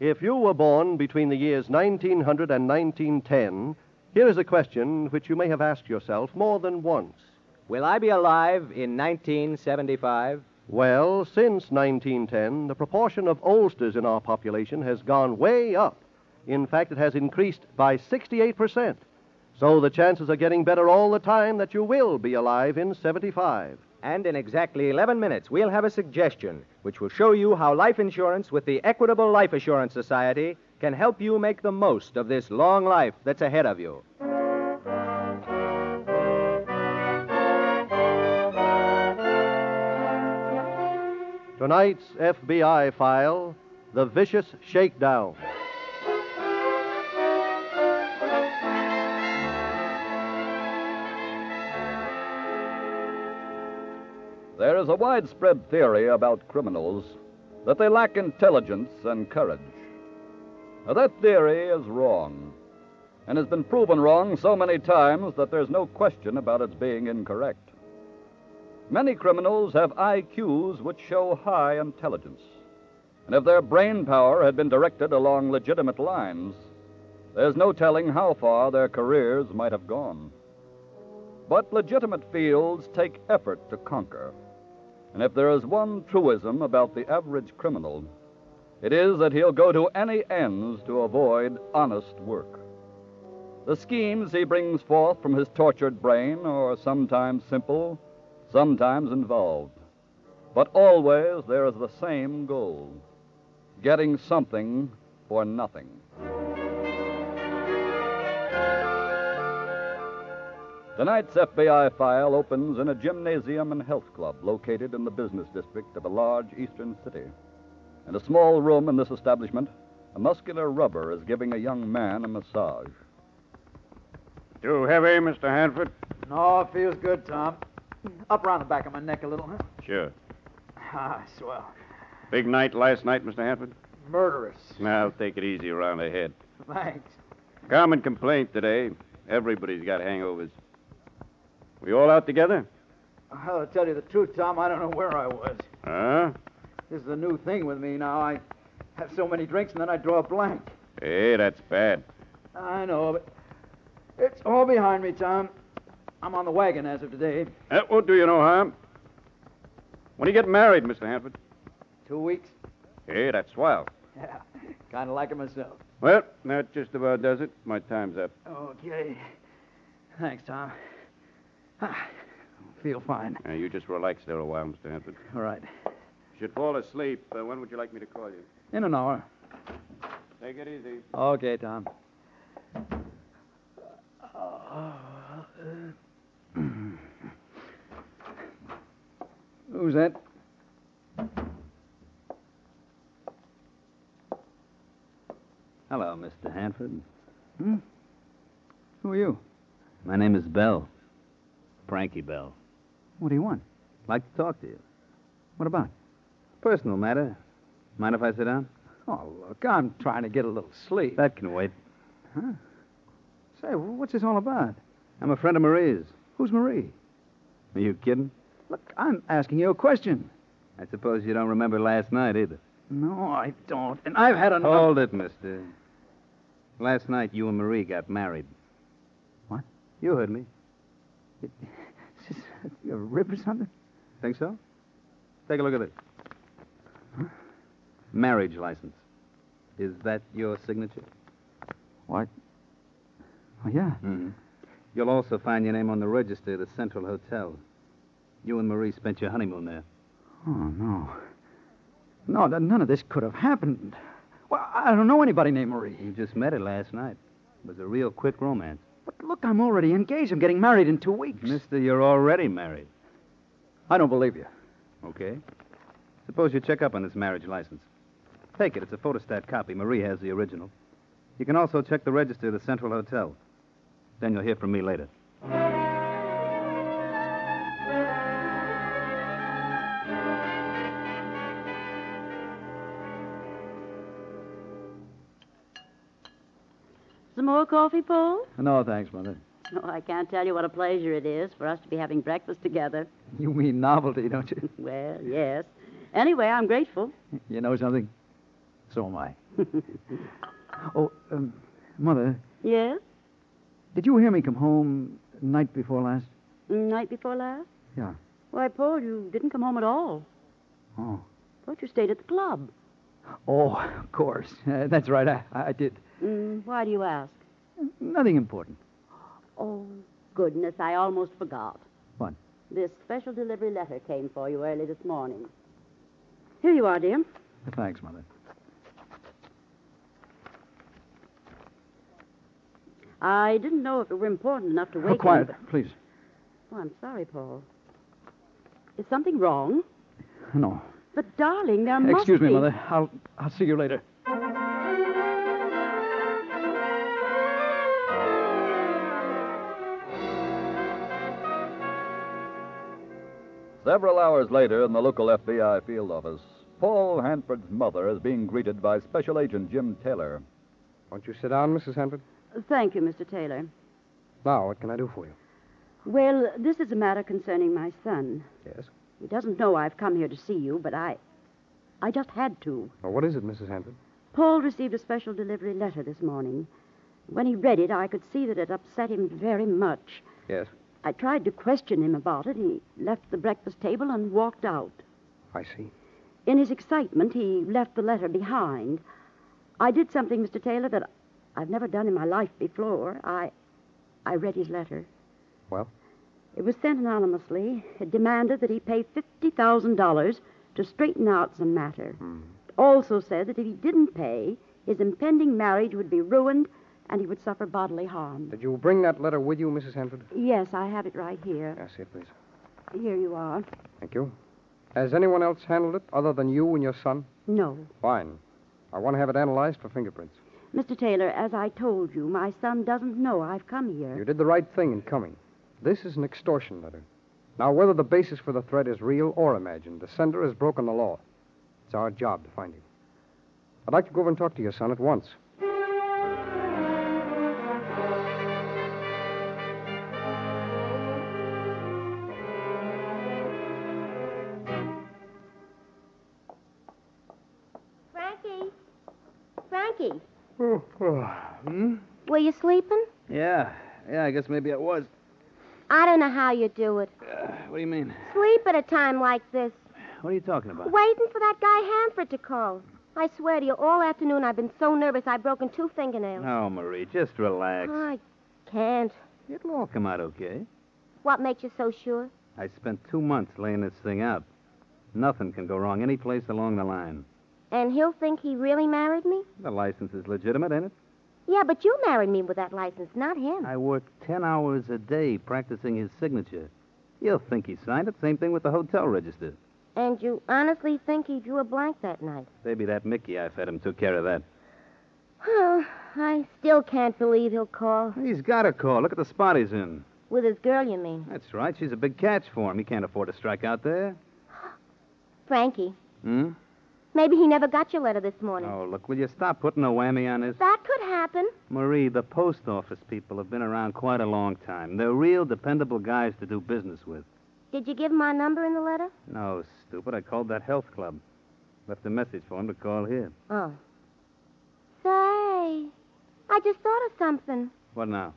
If you were born between the years 1900 and 1910, here is a question which you may have asked yourself more than once. Will I be alive in 1975? Well, since 1910, the proportion of oldsters in our population has gone way up. In fact, it has increased by 68%. So the chances are getting better all the time that you will be alive in 75. And in exactly 11 minutes, we'll have a suggestion which will show you how life insurance with the Equitable Life Assurance Society can help you make the most of this long life that's ahead of you. Tonight's FBI file The Vicious Shakedown. There is a widespread theory about criminals that they lack intelligence and courage. Now, that theory is wrong, and has been proven wrong so many times that there's no question about its being incorrect. Many criminals have IQs which show high intelligence, and if their brain power had been directed along legitimate lines, there's no telling how far their careers might have gone. But legitimate fields take effort to conquer. And if there is one truism about the average criminal, it is that he'll go to any ends to avoid honest work. The schemes he brings forth from his tortured brain are sometimes simple, sometimes involved. But always there is the same goal getting something for nothing. Tonight's FBI file opens in a gymnasium and health club located in the business district of a large eastern city. In a small room in this establishment, a muscular rubber is giving a young man a massage. Too heavy, Mr. Hanford? No, it feels good, Tom. Up around the back of my neck a little, huh? Sure. Ah, swell. Big night last night, Mr. Hanford? Murderous. Now, take it easy around the head. Thanks. Common complaint today. Everybody's got hangovers. We all out together? Well, to tell you the truth, Tom, I don't know where I was. Huh? This is a new thing with me now. I have so many drinks and then I draw a blank. Hey, that's bad. I know, but it's all behind me, Tom. I'm on the wagon as of today. That Uh, won't do you no harm. When you get married, Mr. Hanford? Two weeks. Hey, that's swell. Yeah, kind of like it myself. Well, that just about does it. My time's up. Okay. Thanks, Tom. Ah, feel fine. Now, you just relax there a while, Mr. Hanford. All right. You should fall asleep. Uh, when would you like me to call you? In an hour. Take it easy. Okay, Tom. Who's that? Hello, Mr. Hanford. Hmm? Who are you? My name is Bell. Frankie Bell. What do you want? Like to talk to you. What about? Personal matter. Mind if I sit down? Oh, look, I'm trying to get a little sleep. That can wait. Say, what's this all about? I'm a friend of Marie's. Who's Marie? Are you kidding? Look, I'm asking you a question. I suppose you don't remember last night either. No, I don't. And I've had enough. Hold it, mister. Last night you and Marie got married. What? You heard me. Is this a rib or something? Think so? Take a look at it. Marriage license. Is that your signature? What? Oh, yeah. Mm-hmm. You'll also find your name on the register at the Central Hotel. You and Marie spent your honeymoon there. Oh, no. No, th- none of this could have happened. Well, I don't know anybody named Marie. You just met her last night. It was a real quick romance. But look, I'm already engaged. I'm getting married in two weeks. Mister, you're already married. I don't believe you. Okay. Suppose you check up on this marriage license. Take it. It's a photostat copy. Marie has the original. You can also check the register of the Central Hotel. Then you'll hear from me later. Some more coffee, Paul? No, thanks, Mother. Oh, I can't tell you what a pleasure it is for us to be having breakfast together. You mean novelty, don't you? Well, yes. Anyway, I'm grateful. You know something? So am I. oh, um, Mother, Yes? did you hear me come home night before last? Mm, Night before last? Yeah. Why, Paul, you didn't come home at all. Oh. Thought you stayed at the club. Oh, of course. Uh, that's right. I, I did. Mm, why do you ask? Nothing important. Oh, goodness, I almost forgot. What? This special delivery letter came for you early this morning. Here you are, dear. Thanks, Mother. I didn't know if it were important enough to wake Oh, quiet, anybody- please. Oh, I'm sorry, Paul. Is something wrong? No. But, darling, there must Excuse me, be- Mother. I'll, I'll see you later. Several hours later, in the local FBI field office, Paul Hanford's mother is being greeted by Special Agent Jim Taylor. Won't you sit down, Mrs. Hanford? Thank you, Mr. Taylor. Now, what can I do for you? Well, this is a matter concerning my son. Yes. He doesn't know I've come here to see you, but I. I just had to. Well, what is it, Mrs. Hanford? Paul received a special delivery letter this morning. When he read it, I could see that it upset him very much. Yes. I tried to question him about it. He left the breakfast table and walked out. I see. In his excitement, he left the letter behind. I did something, Mr. Taylor, that I've never done in my life before. I, I read his letter. Well? It was sent anonymously. It demanded that he pay $50,000 to straighten out some matter. It also said that if he didn't pay, his impending marriage would be ruined and he would suffer bodily harm. Did you bring that letter with you, Mrs. Hanford? Yes, I have it right here. Yes, see it, please. Here you are. Thank you. Has anyone else handled it other than you and your son? No. Fine. I want to have it analyzed for fingerprints. Mr. Taylor, as I told you, my son doesn't know I've come here. You did the right thing in coming. This is an extortion letter. Now, whether the basis for the threat is real or imagined, the sender has broken the law. It's our job to find him. I'd like to go over and talk to your son at once. Frankie. Frankie. Oh, hmm? Were you sleeping? Yeah. Yeah, I guess maybe it was. I don't know how you do it. what do you mean? Sleep at a time like this. What are you talking about? Waiting for that guy Hanford to call. I swear to you, all afternoon I've been so nervous I've broken two fingernails. No, Marie, just relax. I can't. It'll all come out okay. What makes you so sure? I spent two months laying this thing out. Nothing can go wrong any place along the line. And he'll think he really married me? The license is legitimate, ain't it? Yeah, but you married me with that license, not him. I work ten hours a day practicing his signature. You'll think he signed it. Same thing with the hotel register. And you honestly think he drew a blank that night? Maybe that Mickey I fed him took care of that. Oh, I still can't believe he'll call. He's got a call. Look at the spot he's in. With his girl, you mean. That's right. She's a big catch for him. He can't afford to strike out there. Frankie. Hmm? Maybe he never got your letter this morning. Oh, look, will you stop putting a whammy on this? That could happen. Marie, the post office people have been around quite a long time. They're real dependable guys to do business with. Did you give him my number in the letter? No, stupid. I called that health club. Left a message for him to call here. Oh. Say, I just thought of something. What now?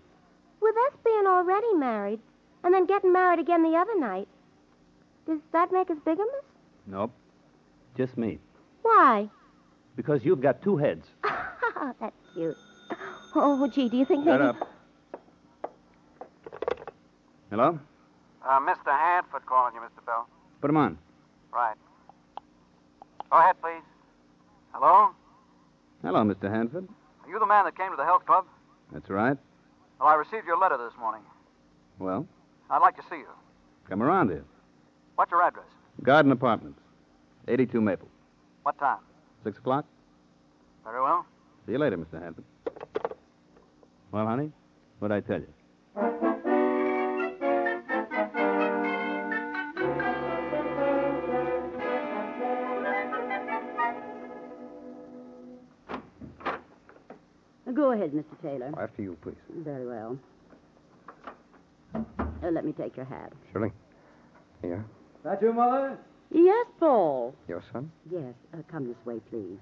With us being already married, and then getting married again the other night, does that make us bigamous? Nope. Just me. Why? Because you've got two heads. That's cute. Oh, gee, do you think Shut maybe... up. Hello? Uh, Mr. Hanford calling you, Mr. Bell. Put him on. Right. Go ahead, please. Hello? Hello, Mr. Hanford. Are you the man that came to the health club? That's right. Well, I received your letter this morning. Well, I'd like to see you. come around here. What's your address? Garden Apartments, 82 Maple. What time? 6 o'clock? Very well. See you later, Mr. Hampton. Well, honey, what'd I tell you? Go ahead, Mr. Taylor. After you, please. Very well. Uh, let me take your hat. Surely. Yeah. That you, Mother? Yes, Paul. Your son? Yes, uh, come this way, please.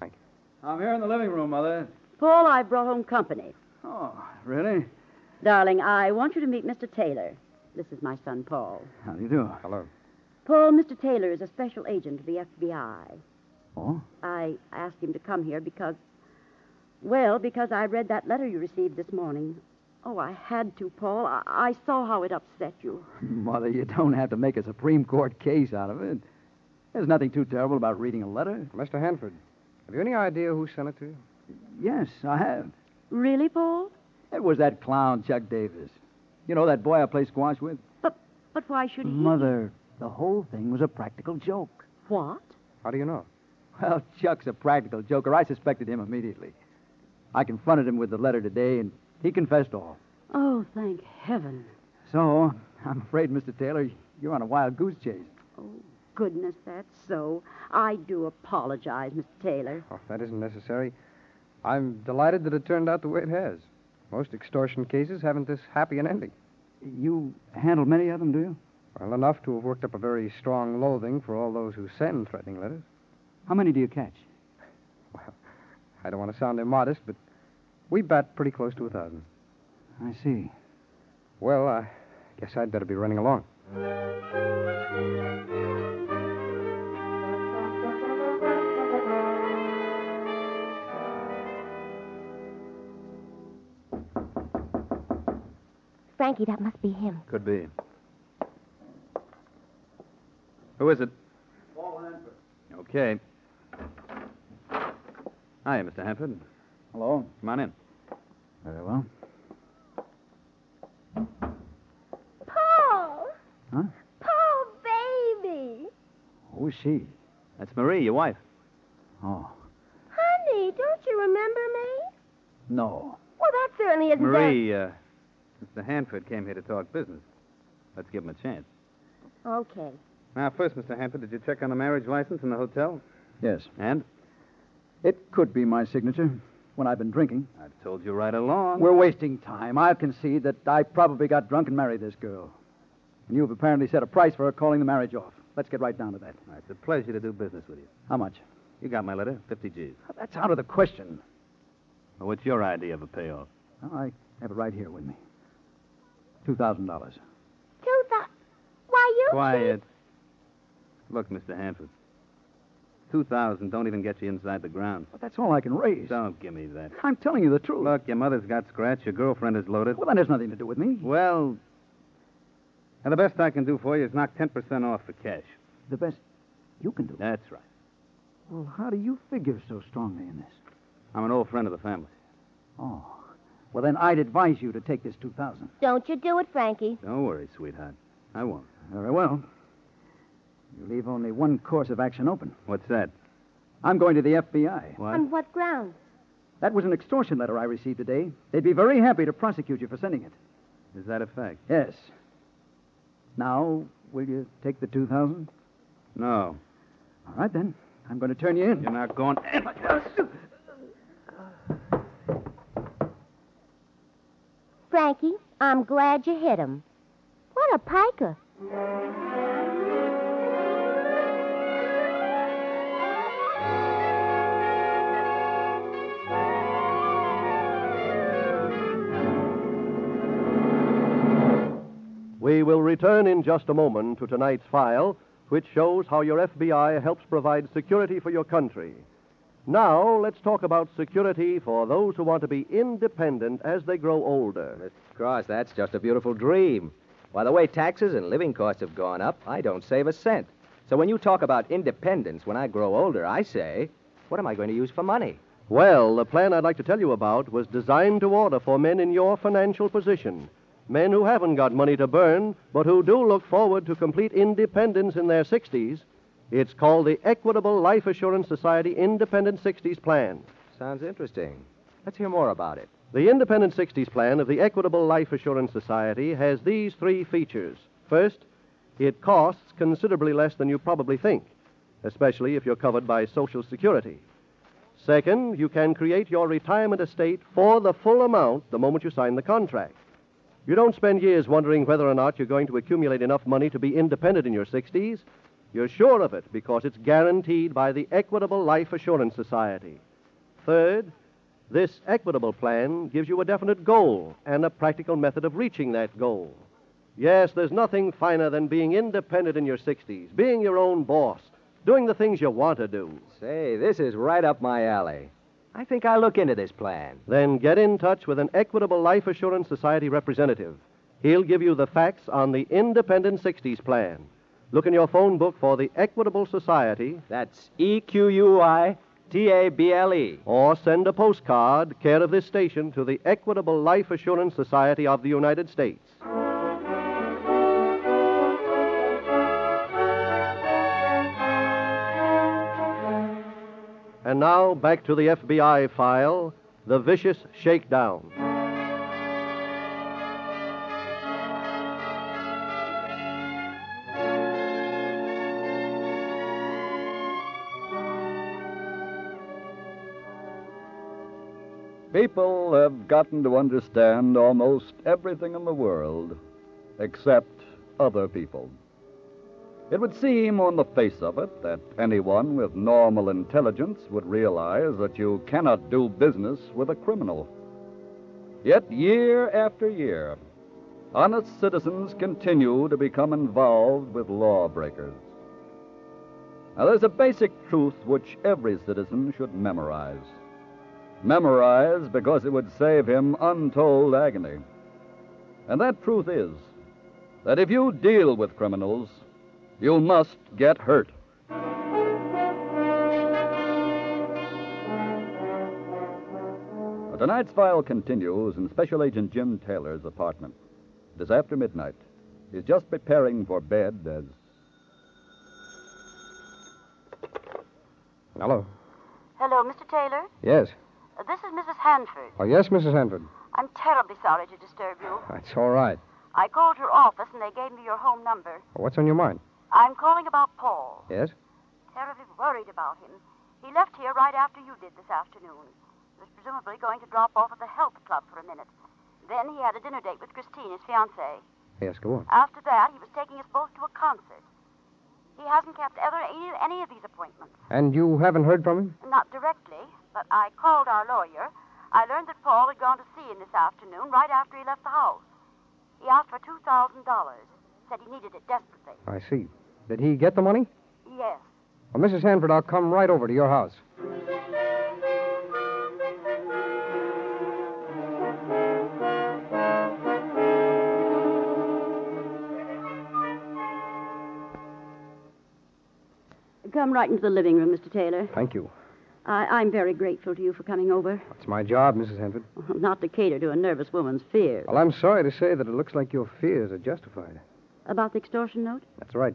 I'm here in the living room, Mother. Paul, I've brought home company. Oh, really? Darling, I want you to meet Mr. Taylor. This is my son, Paul. How do you do? Hello. Paul, Mr. Taylor is a special agent of the FBI. Oh? I asked him to come here because, well, because I read that letter you received this morning. Oh, I had to, Paul. I, I saw how it upset you. Mother, you don't have to make a Supreme Court case out of it. There's nothing too terrible about reading a letter. Mr. Hanford, have you any idea who sent it to you? Yes, I have. Really, Paul? It was that clown, Chuck Davis. You know that boy I play squash with? But why should he? Mother, the whole thing was a practical joke. What? How do you know? Well, Chuck's a practical joker. I suspected him immediately. I confronted him with the letter today, and he confessed all. Oh, thank heaven. So, I'm afraid, Mr. Taylor, you're on a wild goose chase. Oh, Goodness, that's so. I do apologize, Mr. Taylor. Oh, that isn't necessary. I'm delighted that it turned out the way it has. Most extortion cases haven't this happy an ending. You handle many of them, do you? Well, enough to have worked up a very strong loathing for all those who send threatening letters. How many do you catch? I don't want to sound immodest, but we bat pretty close to a thousand. I see. Well, I guess I'd better be running along. Frankie, that must be him. Could be. Who is it? Paul Hanford. Okay. Hi, Mr. Hanford. Hello. Come on in. Very well. Paul! Huh? Paul, baby! Who is she? That's Marie, your wife. Oh, Honey, don't you remember me? no. Well, that certainly isn't Marie, uh, Mr. Hanford came here to talk business. Let's give him a chance. That... Okay. Now, first, Mr. Hanford, did you check on the marriage license in the hotel? Yes. And? It could be my signature when I've been drinking. I've told you right along. We're wasting time. I'll concede that I probably got drunk and married this girl. And you've apparently set a price for her calling the marriage off. Let's get right down to that. It's a pleasure to do business with you. How much? You got my letter, 50 G's. That's out of the question. Well, what's your idea of a payoff? Well, I have it right here with me. Two thousand dollars. Two thou- Why, you... Quiet. Look, Mr. Hanford. 2,000 don't even get you inside the ground. But that's all I can raise. Don't give me that. I'm telling you the truth. Look, your mother's got scratch. Your girlfriend is loaded. Well, that has nothing to do with me. Well, now the best I can do for you is knock 10% off for cash. The best you can do. That's right. Well, how do you figure so strongly in this? I'm an old friend of the family. Oh. Well, then I'd advise you to take this two thousand. Don't you do it, Frankie. Don't worry, sweetheart. I won't. Very well. You leave only one course of action open. What's that? I'm going to the FBI. What? On what grounds? That was an extortion letter I received today. They'd be very happy to prosecute you for sending it. Is that a fact? Yes. Now, will you take the 2000 No. All right, then. I'm going to turn you in. You're not going. Frankie, I'm glad you hit him. What a piker. We will return in just a moment to tonight's file, which shows how your FBI helps provide security for your country. Now, let's talk about security for those who want to be independent as they grow older. Of course, that's just a beautiful dream. Why, the way taxes and living costs have gone up, I don't save a cent. So when you talk about independence when I grow older, I say, what am I going to use for money? Well, the plan I'd like to tell you about was designed to order for men in your financial position. Men who haven't got money to burn, but who do look forward to complete independence in their 60s. It's called the Equitable Life Assurance Society Independent 60s Plan. Sounds interesting. Let's hear more about it. The Independent 60s plan of the Equitable Life Assurance Society has these three features. First, it costs considerably less than you probably think, especially if you're covered by Social Security. Second, you can create your retirement estate for the full amount the moment you sign the contract. You don't spend years wondering whether or not you're going to accumulate enough money to be independent in your 60s. You're sure of it because it's guaranteed by the Equitable Life Assurance Society. Third, this equitable plan gives you a definite goal and a practical method of reaching that goal. Yes, there's nothing finer than being independent in your 60s, being your own boss, doing the things you want to do. Say, this is right up my alley. I think I'll look into this plan. Then get in touch with an Equitable Life Assurance Society representative. He'll give you the facts on the Independent 60s plan. Look in your phone book for the Equitable Society That's E Q U I T A B L E. or send a postcard, care of this station, to the Equitable Life Assurance Society of the United States. And now back to the FBI file The Vicious Shakedown. People have gotten to understand almost everything in the world except other people. It would seem on the face of it that anyone with normal intelligence would realize that you cannot do business with a criminal. Yet, year after year, honest citizens continue to become involved with lawbreakers. Now, there's a basic truth which every citizen should memorize memorize because it would save him untold agony. And that truth is that if you deal with criminals, you must get hurt. Now, Tonight's file continues in Special Agent Jim Taylor's apartment. It is after midnight. He's just preparing for bed as. Hello. Hello, Mr. Taylor. Yes. Uh, This is Mrs. Hanford. Oh, yes, Mrs. Hanford. I'm terribly sorry to disturb you. That's all right. I called your office and they gave me your home number. What's on your mind? I'm calling about Paul. Yes? Terribly worried about him. He left here right after you did this afternoon. He was presumably going to drop off at the health club for a minute. Then he had a dinner date with Christine, his fiancée. Yes, go on. After that, he was taking us both to a concert. He hasn't kept ever any, any of these appointments. And you haven't heard from him? Not directly, but I called our lawyer. I learned that Paul had gone to see him this afternoon right after he left the house. He asked for $2,000, said he needed it desperately. I see. Did he get the money? Yes. Well, Mrs. Hanford, I'll come right over to your house. Come right into the living room, Mr. Taylor. Thank you. I, I'm very grateful to you for coming over. It's my job, Mrs. Hanford. Not to cater to a nervous woman's fears. Well, I'm sorry to say that it looks like your fears are justified. About the extortion note? That's right.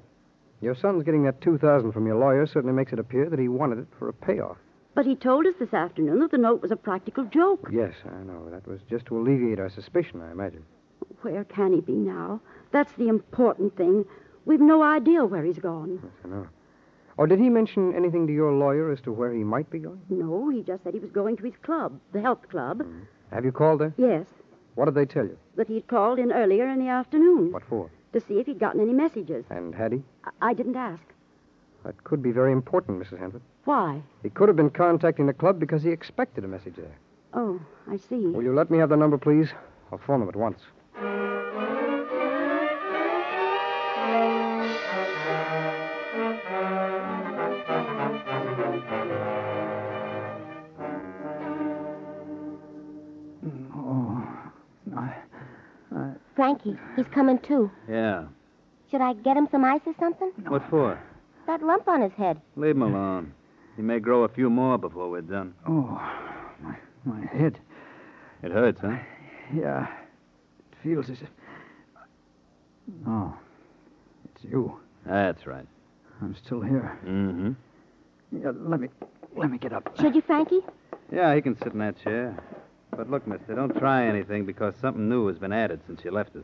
Your son's getting that 2000 from your lawyer certainly makes it appear that he wanted it for a payoff. But he told us this afternoon that the note was a practical joke. Yes, I know. That was just to alleviate our suspicion, I imagine. Where can he be now? That's the important thing. We've no idea where he's gone. Yes, I know. Oh, did he mention anything to your lawyer as to where he might be going? No, he just said he was going to his club, the health club. Have you called there? Yes, What did they tell you? but he'd called in earlier in the afternoon What for? to see if he'd gotten any messages. And had he? I, I didn't ask. That could be very important, Mrs. Hanford. Why? He could have been contacting the club because he expected a message there. Oh, I see. Will you let me have the number, please? I'll phone them at once. Oh, Frankie, he's coming too. Yeah. Should I get him some ice or something? What for? That lump on his head. Leave him alone. He may grow a few more before we're done. Oh, my, my head. It hurts, huh? Yeah. It feels as if. No. It's you. That's right. I'm still here. Mm-hmm. Yeah, let me. Let me get up. Should you, Frankie? Yeah, he can sit in that chair. But look, mister, don't try anything because something new has been added since you left us.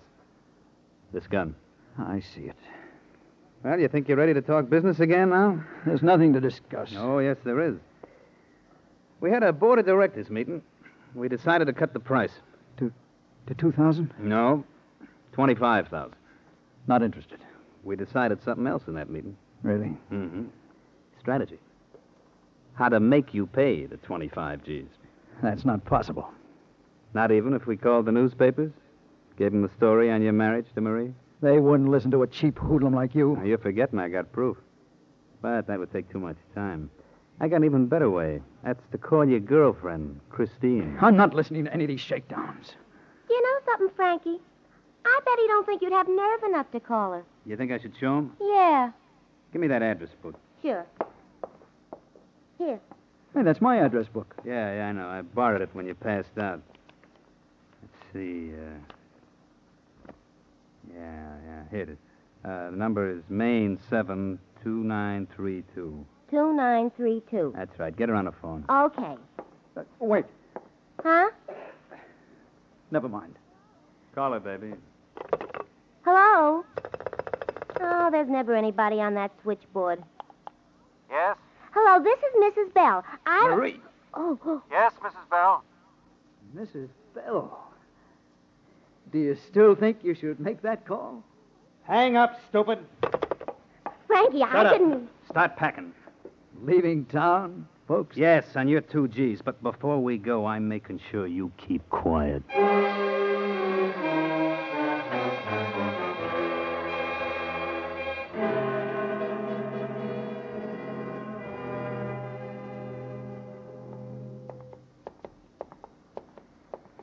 This gun. I see it. Well, you think you're ready to talk business again now? There's nothing to discuss. Oh, yes, there is. We had a board of directors meeting. We decided to cut the price. To 2,000? No, 25,000. Not interested. We decided something else in that meeting. Really? Mm-hmm. Strategy. How to make you pay the 25 G's. That's not possible. Not even if we called the newspapers, gave them the story on your marriage to Marie. They wouldn't listen to a cheap hoodlum like you. Now, you're forgetting I got proof. But that would take too much time. I got an even better way. That's to call your girlfriend, Christine. I'm not listening to any of these shakedowns. You know something, Frankie? I bet he don't think you'd have nerve enough to call her. You think I should show him? Yeah, Give me that address book. sure. Here. Hey, that's my address book. Yeah, yeah, I know. I borrowed it when you passed out. Let's see. Uh... Yeah, yeah, here it is. Uh, the number is Maine 72932. 2932. That's right. Get her on the phone. Okay. Uh, wait. Huh? Never mind. Call her, baby. Hello? Oh, there's never anybody on that switchboard. Yes? Hello, this is Mrs. Bell. I. Marie. Oh, oh, Yes, Mrs. Bell? Mrs. Bell. Do you still think you should make that call? Hang up, stupid. Frankie, I didn't. Start packing. Leaving town, folks? Yes, on your two G's. But before we go, I'm making sure you keep quiet.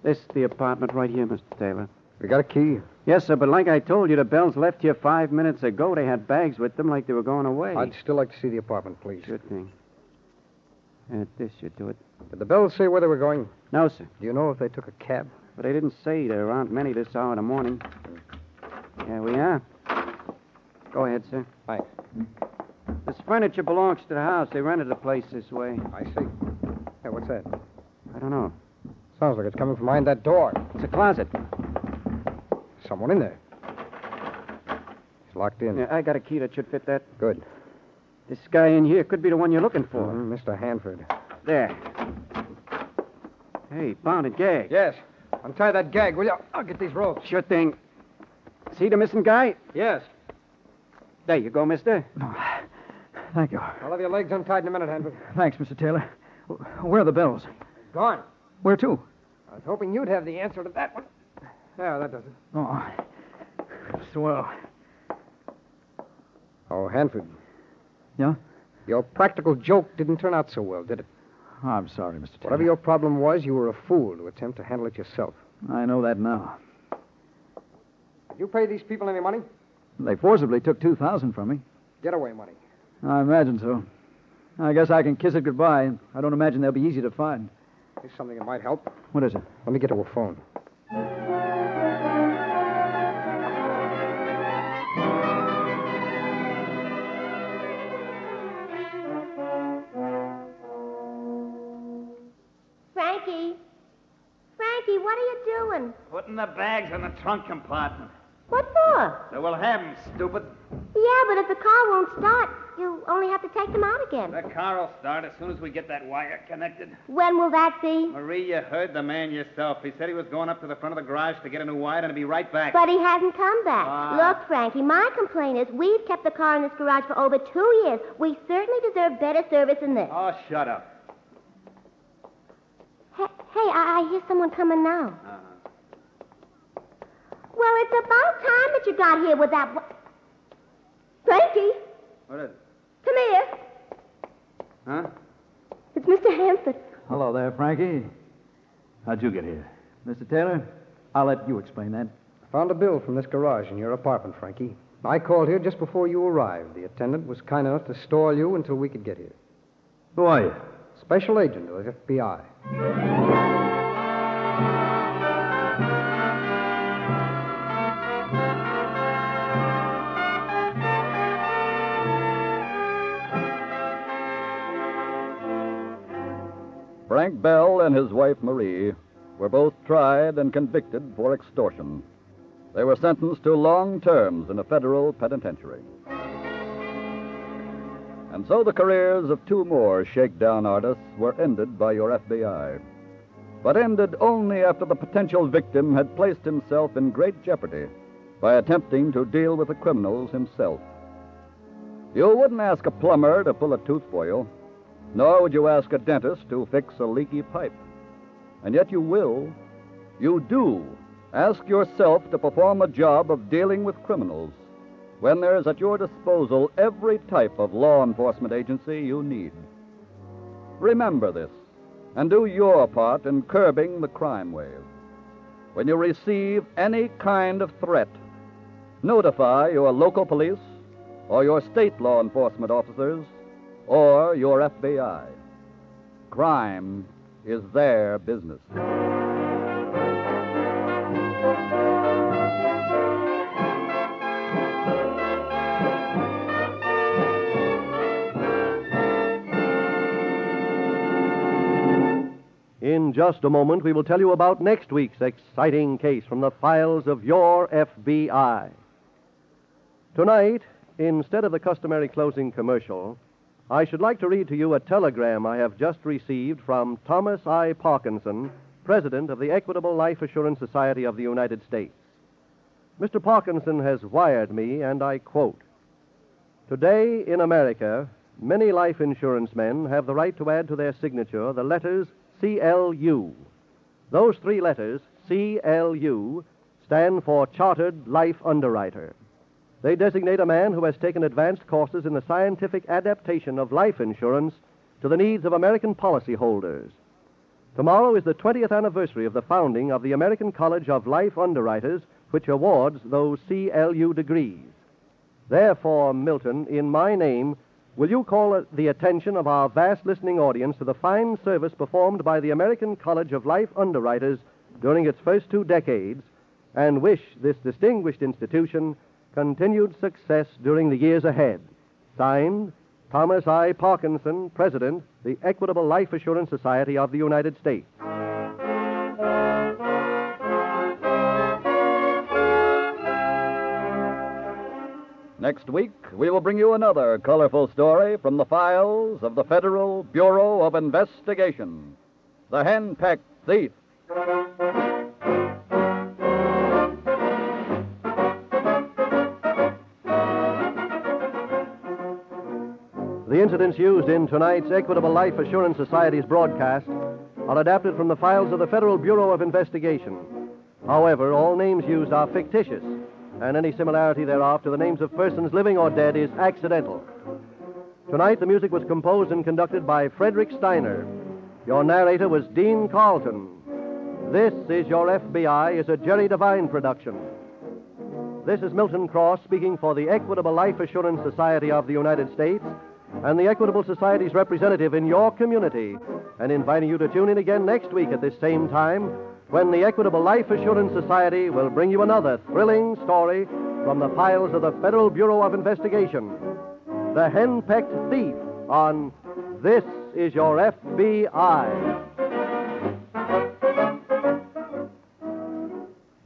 This is the apartment right here, Mr. Taylor. We got a key. Yes, sir, but like I told you, the Bells left here five minutes ago. They had bags with them like they were going away. I'd still like to see the apartment, please. Sure thing. Uh, this should do it. Did the bells say where they were going? No, sir. Do you know if they took a cab? But they didn't say there aren't many this hour in the morning. Here we are. Go ahead, sir. Thanks. This furniture belongs to the house. They rented the place this way. I see. Hey, what's that? I don't know. Sounds like it's coming from behind that door. It's a closet. Someone in there. It's locked in. Yeah, I got a key that should fit that. Good. This guy in here could be the one you're looking for. Mhm, Mr. Hanford. There. Hey, bound and gag. Yes. Untie that gag, will you? I'll get these ropes. Sure thing. See the missing guy? Yes. There you go, mister. Thank you. I'll have your legs untied in a minute, Hanford. Thanks, Mr. Taylor. Where are the bells? Gone. Where to? I was hoping you'd have the answer to that one. Yeah, that does it. Oh, swell. Oh, Hanford. Yeah? Your practical joke didn't turn out so well, did it? I'm sorry, Mr. Taylor. Whatever your problem was, you were a fool to attempt to handle it yourself. I know that now. Did you pay these people any money? They forcibly took 2000 from me. Getaway money. I imagine so. I guess I can kiss it goodbye. I don't imagine they'll be easy to find. Here's something that might help. What is it? Let me get to a phone. Frankie. Frankie, what are you doing? Putting the bags in the trunk compartment. What for? So we'll have 'em, stupid. Yeah, but if the car won't start, you only have to take them out again. The car will start as soon as we get that wire connected. When will that be? Marie, you heard the man yourself. He said he was going up to the front of the garage to get a new wire and he'll be right back. But he hasn't come back. Ah. Look, Frankie, my complaint is we've kept the car in this garage for over two years. We certainly deserve better service than this. Oh, shut up. Hey, hey I, I hear someone coming now. Uh-huh. Well, it's about time that you got here with that. wa- Frankie, What is it? come here. Huh? It's Mr. Hanford. Hello there, Frankie. How'd you get here? Mr. Taylor, I'll let you explain that. Found a bill from this garage in your apartment, Frankie. I called here just before you arrived. The attendant was kind enough to stall you until we could get here. Who are you? Special agent of the FBI. Frank Bell and his wife Marie were both tried and convicted for extortion. They were sentenced to long terms in a federal penitentiary. And so the careers of two more shakedown artists were ended by your FBI. But ended only after the potential victim had placed himself in great jeopardy by attempting to deal with the criminals himself. You wouldn't ask a plumber to pull a tooth for you, nor would you ask a dentist to fix a leaky pipe. And yet you will, you do, ask yourself to perform a job of dealing with criminals when there is at your disposal every type of law enforcement agency you need. Remember this and do your part in curbing the crime wave. When you receive any kind of threat, notify your local police or your state law enforcement officers or your FBI. Crime is their business. In just a moment, we will tell you about next week's exciting case from the files of your FBI. Tonight, instead of the customary closing commercial, I should like to read to you a telegram I have just received from Thomas I. Parkinson, President of the Equitable Life Assurance Society of the United States. Mr. Parkinson has wired me, and I quote Today in America, many life insurance men have the right to add to their signature the letters CLU. Those three letters, CLU, stand for Chartered Life Underwriter. They designate a man who has taken advanced courses in the scientific adaptation of life insurance to the needs of American policyholders. Tomorrow is the 20th anniversary of the founding of the American College of Life Underwriters, which awards those CLU degrees. Therefore, Milton, in my name, will you call uh, the attention of our vast listening audience to the fine service performed by the American College of Life Underwriters during its first two decades and wish this distinguished institution continued success during the years ahead? Signed, Thomas I. Parkinson, President, the Equitable Life Assurance Society of the United States. Next week, we will bring you another colorful story from the files of the Federal Bureau of Investigation The Henpecked Thief. The incidents used in tonight's Equitable Life Assurance Society's broadcast are adapted from the files of the Federal Bureau of Investigation. However, all names used are fictitious, and any similarity thereof to the names of persons living or dead is accidental. Tonight, the music was composed and conducted by Frederick Steiner. Your narrator was Dean Carlton. This is Your FBI is a Jerry Devine production. This is Milton Cross speaking for the Equitable Life Assurance Society of the United States and the Equitable Society's representative in your community, and inviting you to tune in again next week at this same time when the Equitable Life Assurance Society will bring you another thrilling story from the files of the Federal Bureau of Investigation The Henpecked Thief on This Is Your FBI.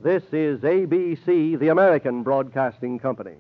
This is ABC, the American Broadcasting Company.